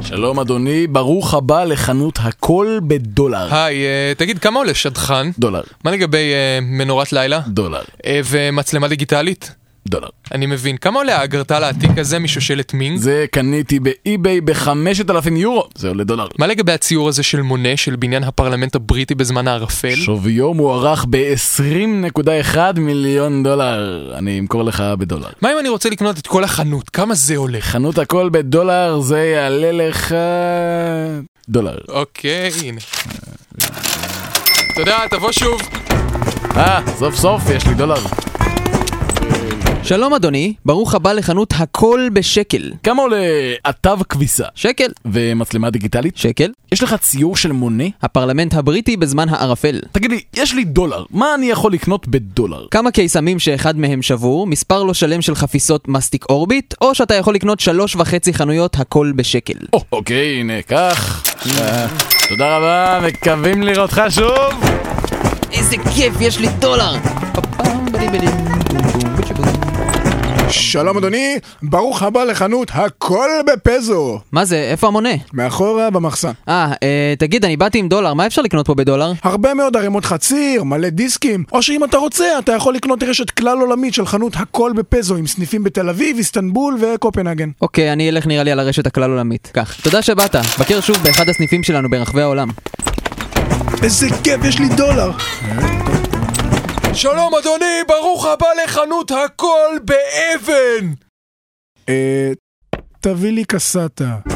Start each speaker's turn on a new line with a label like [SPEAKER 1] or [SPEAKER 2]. [SPEAKER 1] שלום אדוני, ברוך הבא לחנות הכל בדולר.
[SPEAKER 2] היי, אה, תגיד, כמה עולה שדכן?
[SPEAKER 1] דולר,
[SPEAKER 2] מה לגבי אה, מנורת לילה?
[SPEAKER 1] דולר,
[SPEAKER 2] אה, ומצלמה דיגיטלית?
[SPEAKER 1] דולר.
[SPEAKER 2] אני מבין. כמה עולה האגרטל העתיק הזה משושלת מינג?
[SPEAKER 1] זה קניתי באי-ביי ב-5,000 יורו, זה עולה דולר.
[SPEAKER 2] מה לגבי הציור הזה של מונה של בניין הפרלמנט הבריטי בזמן הערפל?
[SPEAKER 1] שוויו מוערך ב-20.1 מיליון דולר, אני אמכור לך בדולר.
[SPEAKER 2] מה אם אני רוצה לקנות את כל החנות? כמה זה עולה?
[SPEAKER 1] חנות הכל בדולר זה יעלה לך... דולר.
[SPEAKER 2] אוקיי, הנה. תודה, תבוא שוב.
[SPEAKER 1] אה, סוף סוף יש לי דולר.
[SPEAKER 3] שלום אדוני, ברוך הבא לחנות הכל בשקל.
[SPEAKER 1] כמה עולה עטב כביסה
[SPEAKER 3] שקל,
[SPEAKER 1] ומצלמה דיגיטלית?
[SPEAKER 3] שקל,
[SPEAKER 1] יש לך ציור של מונה?
[SPEAKER 3] הפרלמנט הבריטי בזמן הערפל.
[SPEAKER 1] תגיד לי, יש לי דולר, מה אני יכול לקנות בדולר?
[SPEAKER 3] כמה קיסמים שאחד מהם שבור, מספר לא שלם של חפיסות מסטיק אורביט, או שאתה יכול לקנות שלוש וחצי חנויות הכל בשקל.
[SPEAKER 1] או, אוקיי, הנה, קח. אה, תודה רבה, מקווים לראותך שוב!
[SPEAKER 3] איזה כיף, יש לי דולר!
[SPEAKER 4] שלום אדוני, ברוך הבא לחנות הכל בפזו,
[SPEAKER 3] מה זה, איפה המונה?
[SPEAKER 4] מאחורה במחסן.
[SPEAKER 3] אה, אה, תגיד, אני באתי עם דולר, מה אפשר לקנות פה בדולר?
[SPEAKER 4] הרבה מאוד ערימות חציר, מלא דיסקים, או שאם אתה רוצה, אתה יכול לקנות רשת כלל עולמית של חנות הכל בפזו עם סניפים בתל אביב, איסטנבול וקופנהגן.
[SPEAKER 3] אוקיי, אני אלך נראה לי על הרשת הכלל עולמית. כך. תודה שבאת, בקר שוב באחד הסניפים שלנו ברחבי העולם.
[SPEAKER 4] איזה כיף, יש לי דולר!
[SPEAKER 2] שלום אדוני, ברוך הבא לחנות הכל באבן!
[SPEAKER 4] אה... תביא לי קסטה.